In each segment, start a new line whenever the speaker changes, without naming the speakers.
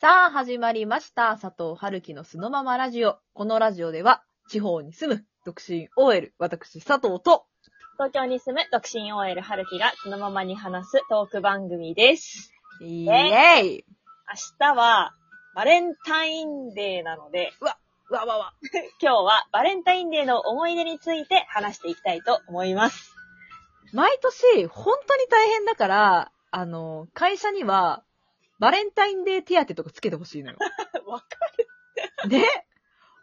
さあ、始まりました。佐藤春樹のそのままラジオ。このラジオでは、地方に住む、独身 OL、私佐藤と、
東京に住む独身 OL 春樹がそのままに話すトーク番組です。
イエーイ
明日はバレンタインデーなので、
わわわ。
今日はバレンタインデーの思い出について話していきたいと思い ます。
毎年、本当に大変だから、あの、会社には、バレンタインデー手当とかつけてほし いのよ。
わか
ね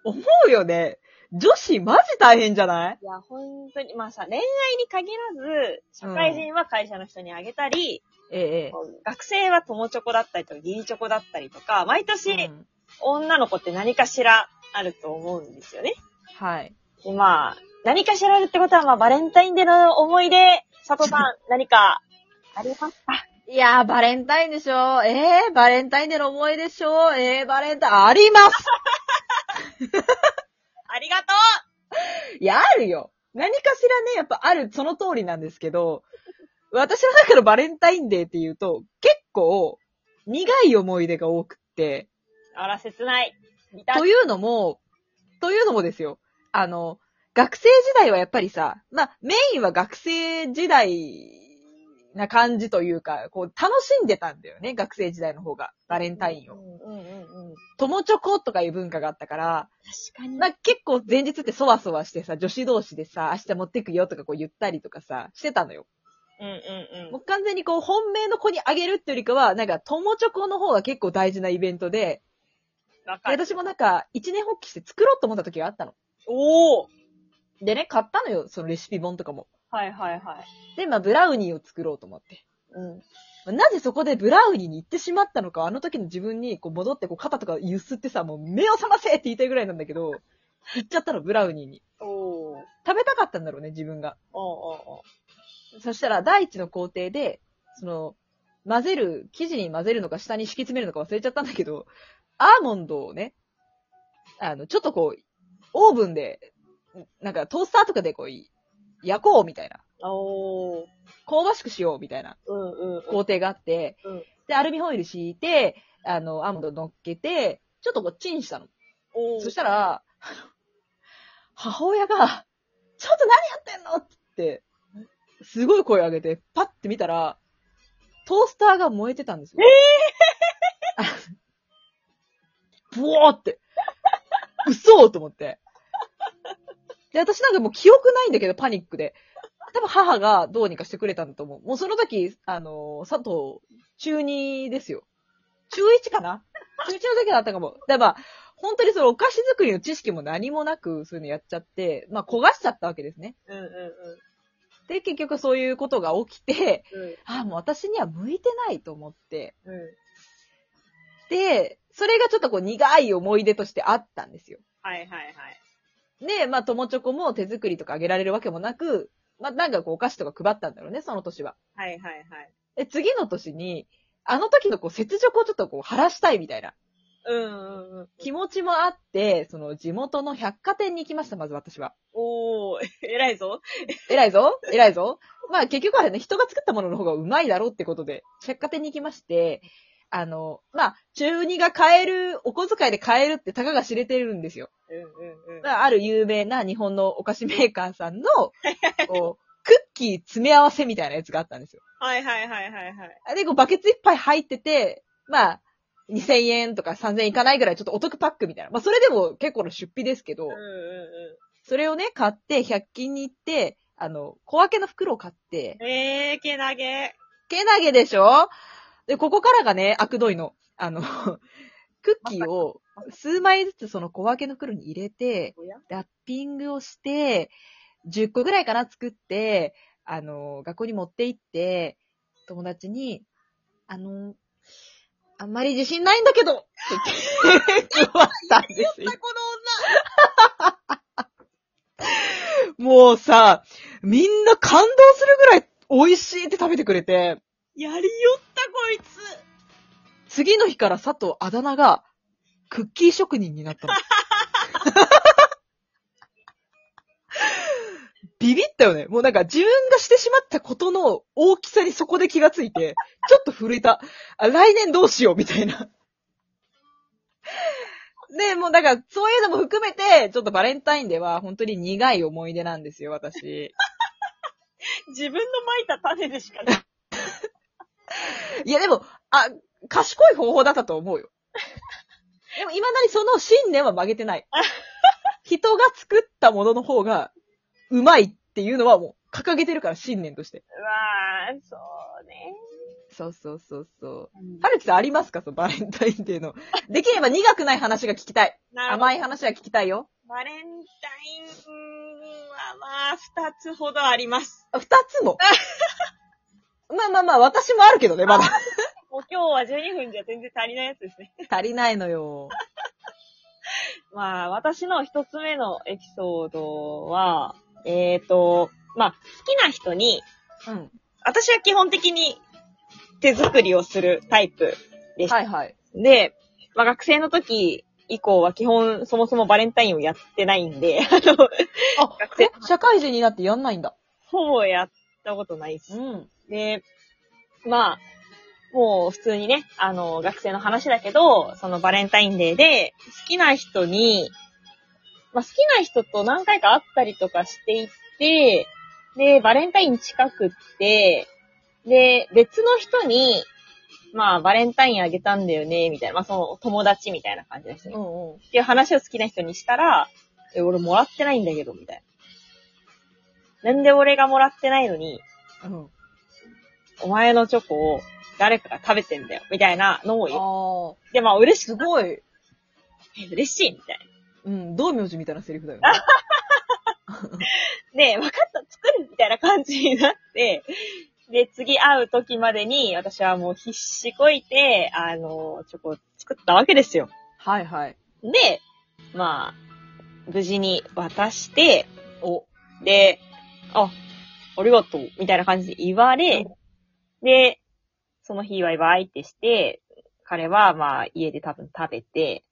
思うよね。女子マジ大変じゃない
いや、本当に、まあさ、恋愛に限らず、社会人は会社の人にあげたり、
え
こう学生は友チョコだったりとか、義理チョコだったりとか、毎
え。
年
うん
女の子って何かしらあると思うんですよね。
はい。
でまあ、何かしらあるってことは、まあ、バレンタインデーの思い出、佐藤さん、何か、ありますか
いやー、バレンタインでしょええー、バレンタインデーの思い出でしょええー、バレンタイン、あります
ありがと
いや、あるよ。何かしらね、やっぱある、その通りなんですけど、私の中のバレンタインデーっていうと、結構、苦い思い出が多くって、
うあら、切ない。いた
というのも、というのもですよ。あの、学生時代はやっぱりさ、まあ、メインは学生時代な感じというか、こう、楽しんでたんだよね、学生時代の方が、バレンタイン
う
を。
んうんうんうん。
友チョコとかいう文化があったから、
確かに。
なんか結構前日ってそわそわしてさ、女子同士でさ、明日持ってくよとかこう言ったりとかさ、してたのよ。
うんうん
もう完全にこう本命の子にあげるってよりかは、なんか友チョコの方が結構大事なイベントで、
ん。わ
で
かる。
私もなんか一年発起して作ろうと思った時があったの。
おお
でね、買ったのよ、そのレシピ本とかも。
はいはいはい。
で、まあブラウニーを作ろうと思って。
うん。
まあなぜそこでブラウニーに行ってしまったのか、あの時の自分にこう戻ってこう肩とか揺すってさ、もう目を覚ませって言いたいぐらいなんだけど、行っちゃったの、ブラウニーに。
おー
食べたかったんだろうね、自分が。
おお
そしたら、第一の工程で、その、混ぜる、生地に混ぜるのか下に敷き詰めるのか忘れちゃったんだけど、アーモンドをね、あの、ちょっとこう、オーブンで、なんかトースターとかでこう、焼こうみたいな。
おおお
香ばしくしようみたいな
うんうん
工程があって、
うん
で、アルミホイル敷いて、あの、アーモンド乗っけて、ちょっとこう、チンしたの。
お
そしたら、 母親が、ちょっと何やってんのって言って、すごい声上げて、パッて見たら、トースターが燃えてたんですよ。え ブワーって。嘘と思って。で、私なんかもう記憶ないんだけど、パニックで。多分母がどうにかしてくれたんだと思う。もうその時、あの佐藤、中2ですよ。中1かな中1の時だったかも。だからまあ、本当にそのお菓子作りの知識も何もなく、そういうのやっちゃって、まあ焦がしちゃったわけですね。
うんうん
で、結局そういうことが起きて、
うん。
ああ、もう私には向いてないと思って。
うんうん。
で、それがちょっとこう苦い思い出としてあったんですよ。
はいはいはい。
で、まあ友チョコも手作りとかあげられるわけもなく、まあなんかこうお菓子とか配ったんだろうね、その年は。
はいはいはい。
で、次の年に、あの時のこう雪辱をちょっとこう晴らしたいみたいな
うんうんうん。
気持ちもあって、その地元の百貨店に行きました、まず私は。
おお偉いぞ。
偉いぞ偉いぞまあ結局はね、人が作ったものの方がうまいだろうってことで、百貨店に行きまして、あの、まあ、中二が買える、お小遣いで買えるってたかが知れてるんですよ。
うんうんうん。
まあ、ある有名な日本のお菓子メーカーさんの、こう、クッキー詰め合わせみたいなやつがあったんですよ。
はいはいはいはいはい。
で、こうバケツ一杯入ってて、まあ、2000円とか3000円いかないぐらいちょっとお得パックみたいな。まあ、それでも結構の出費ですけど
うん、う
それをね、買って、100均に行って、あの、小分けの袋を買って、
んうん。えー、けなげ。
けなげでしょで、ここからがね、悪どいの。あの、クッキーを数枚ずつその小分けの袋に入れて、
おや
ラッピングをして、10個ぐらいかな作って、あの、学校に持って行って、友達に、あの、あんまり自信ないんだけどって 言って、終わったんですよ。
こ
もうさ、みんな感動するぐらい美味しいって食べてくれて、
の女、やりよったこいつ。
次の日から佐藤あだ名が、クッキー職人になったの。ビビったよね。もうなんか自分がしてしまったことの大 きさにそこで気がついて、ちょっと震えた。あ来年どうしようみたいな。 で、もうだから、そういうのも含めて、ちょっとバレンタインデーは本当に苦い思い出なんですよ、私。
自分の撒いた種でし かない。
いや、でも、あ、賢い方法だったと思う よ。でも、未だにその信念は曲げてない。 人が作ったものの方が、うまいっていうのはもう、掲げてるから、信念として。
うわー、そうね。
そうそうそうそう。はるきさんありますかそのバレンタインデーの。できれば苦くない話が聞きたい。
なるほど
甘い話が聞きたいよ。
バレンタインはまあ、二つほどあります。
あ二つ も。まあまあまあ、私もあるけどね、まだ。
もう今日は12分じゃ全然足りないやつですね。
足りないのよ。
まあ、私の一つ目のエピソードは、えーと、まあ、好きな人に、
うん。
私は基本的に手作りをするタイプでした。
はいはい。
で、まあ、学生の時以降は基本そもそもバレンタインをやってないんで、 あの、
あ
学、生
え、社会人になってやんないんだ。
ほぼやったことないです。
ん。
で、まあ、もう普通にね、あの、学生の話だけど、そのバレンタインデーで、好きな人に、まあ好きな人と何回か会ったりとかしていて、で、バレンタイン近くって、で、別の人に、まあ、バレンタインあげたんだよね、みたいな。まあ、その、友達みたいな感じですね。
う
っ
んうん。
ていう話を好きな人にしたら、え、俺もらってないんだけど、みたいな。なんで俺がもらってないのに、
うん。
お前のチョコを誰かが食べてんだよ、みたいなのを言っ
ああ、
て、まあ嬉し
す
く、
ごい。
え嬉しい、みたい
うん、道明寺みたいなセリフだよね。
な。で、分かった、作る、みたいな感じになって、で、次会う時までに、私はもう必死こいて、あの、チョコを作ったわけですよ。
はいはい。
で、まあ、無事に渡して、
お、
で、あ、ありがとう、みたいな感じで言われ、で、その日、ワイワイってして、彼は、まあ、家で多分食べて、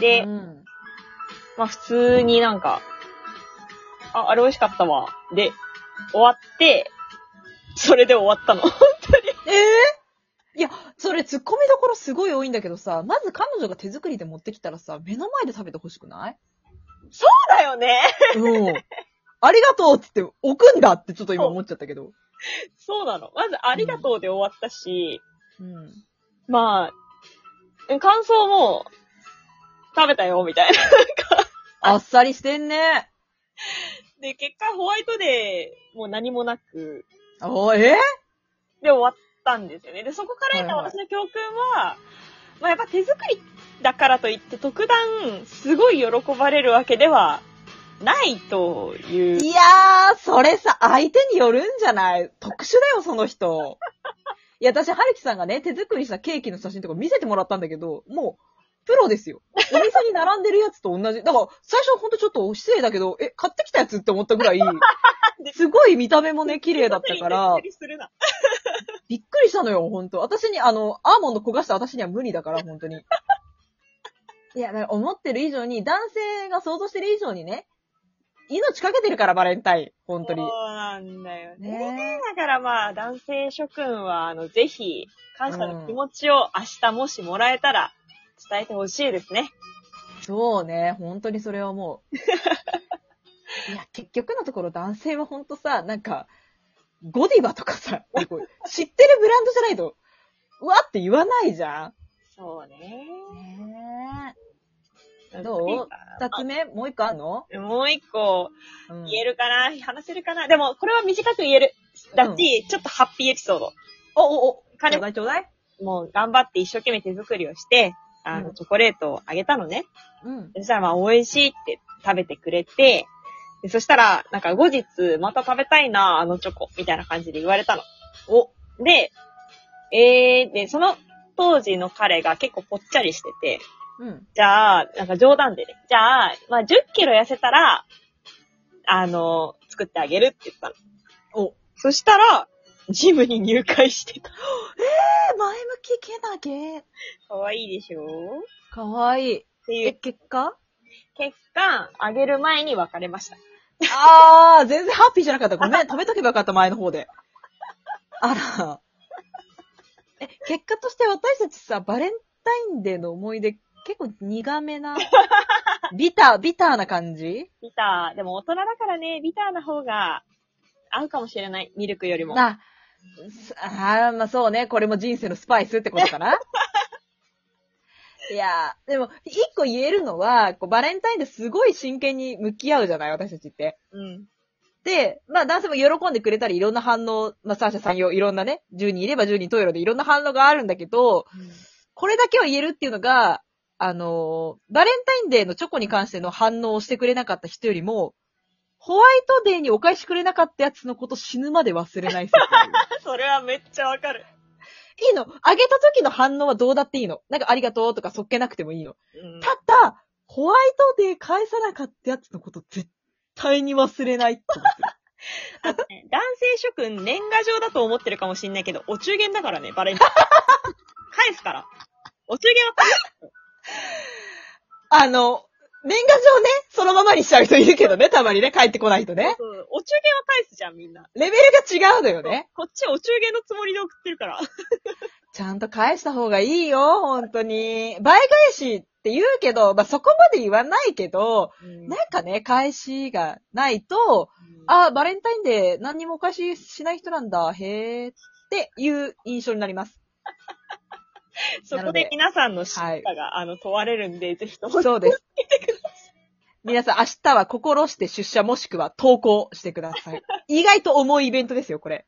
で、
うん、
まあ普通になんか、あ、あれ美味しかったわ。で、終わって、それで終わったの。
ええいや、それ突っ込みどころすごい多いんだけどさ、まず彼女が手作りで持ってきたらさ、目の前で食べてほしくない
だよね。
うん。ありがとうって言って、置くんだってちょっと今思っちゃったけど。
そうなの。まずありがとうで終わったし、
うん。
まあ、感想も、食べたよ、みたいな。
あっさりしてんね。
で、結果ホワイトデーもう何もなく、
おえ
で終わったんですよね。で、そこから得た
はいはい
私の教訓は、まあやっぱ手作りだからといって特段すごい喜ばれるわけではないという。
いやー、それさ、相手によるんじゃない特殊だよ、その人。いや、私、はるきさんがね、手作りしたケーキの写真とか見せてもらったんだけど、もう、プロですよ。お店に並んでるやつと同じ。だから、最初ほんとちょっと失礼だけど、え、買ってきたやつって思ったぐらい、 すごい見た目もね、綺麗だったから
びっく、りするな
びっくりしたのよ、ほんと。私に、あの、アーモンド焦がした私には無理だから、ほんとに。いや、だから思ってる以上に、男性が想像してる以上にね、命かけてるから、バレンタイン。ほんとに。
そうなんだよね。
ね
だからまあ、男性諸君は、あの、ぜひ、感謝の気持ちを明日もしもらえたら、伝えてほしいですね。
そうね、本当にそれはも う。いや、結局のところ男性は本当さ、なんか、ゴディバとかさ、なんかこう知ってるブランドじゃないと、うわって言わないじゃん。
そうね。
ねどう二つ目もう一個あんの、
うもう一個、
うん、
言えるかな、話せるかなでも、これは短く言える。だし、ちょっとハッピーエピソード。
おおお、
彼
ちょうだいちょうだい。
もう、頑張って一生懸命手作りをして、あ
う
の、
ん
チョコレートをあげたのね。
うん。
そしたらまあ、美味しいって食べてくれて、でそしたら、なんか後日、また食べたいな、あのチョコ、みたいな感じで言われたの。
お、
で、えー、で、その当時の彼が結構ぽっちゃりしてて、
うん。
じゃあ、なんか冗談でね、じゃあ、まあ10キロ痩せたら、あの、作ってあげるって言ったの。
お、
そしたら、ジムに入会してた。
え、前向きけなげ。
かわいいでしょっ
かわいい。
てい
え、
う
結果
結果、あげる前に別れました。
あー、全然ハッピーじゃなかった。ごめん、止めとけばよかった、前の方で。あら。え、結果として私たちさ、バレンタインデーの思い出結構苦め な、ビター、ビターな感じ
ビター。でも大人だからね、ビターな方が合うかもしれない。ミルクよりも。
な、すあーまあそうね、これも人生のスパイスってことかないやー、でも、一個言えるのは、こうバレンタインですごい真剣に向き合うじゃない私たちって。
うん。
で、まあ男性も喜んでくれたり、いろんな反応、まあサーシャさんよ、いろんなね、10人いれば10人トイレでいろんな反応があるんだけど、これだけは言えるっていうのが、あのーバレンタインデーのチョコに関しての反応をしてくれなかった人よりも、ホワイトデーにお返しくれなかったやつのこと死ぬまで忘れない説
それはめっちゃわかる。
いいのあげた時の反応はどうだっていいのなんかありがとうとかそっけなくてもいいの。
うん
ただ、ホワイトデー返さなかったやつのこと絶対に忘れないって思ってる
男性諸君、年賀状だと思ってるかもしんないけど、お中元だからね、バレンタイ ン。返すから。お中元は返す
あの、年賀状ね、そのままにしちゃう人いるけどね、たまにね、帰ってこないとね。
そうお中元は返すじゃん、みんな。
レベルが違うのよね。
こっちはお中元のつもりで送ってるから。
ちゃんと返した方がいいよ、本当に。倍返しって言うけど、まあ、そこまで言わないけど、なんかね、返しがないと、あ、バレンタインデー何にもお返ししない人なんだ、へーっていう印象になります。
そこで皆さんの審査が、あの、問われるんで、ぜひとも。
そう です。皆さん、明日は心して出社もしくは投稿してください。意外と重いイベントですよ、これ。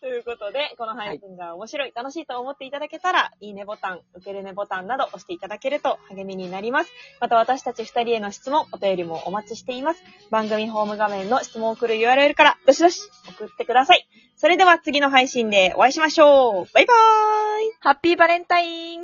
ということで、この配信が面白い、楽しいと思っていただけたら、いいねボタン、受けるねボタンなど押していただけると励みになります。また私たち二人への質問、お便りもお待ちしています。番組ホーム画面の質問を送る URL から、どしどし送ってください。それでは次の配信でお会いしましょう。バイバーイ
ハッピーバレンタイン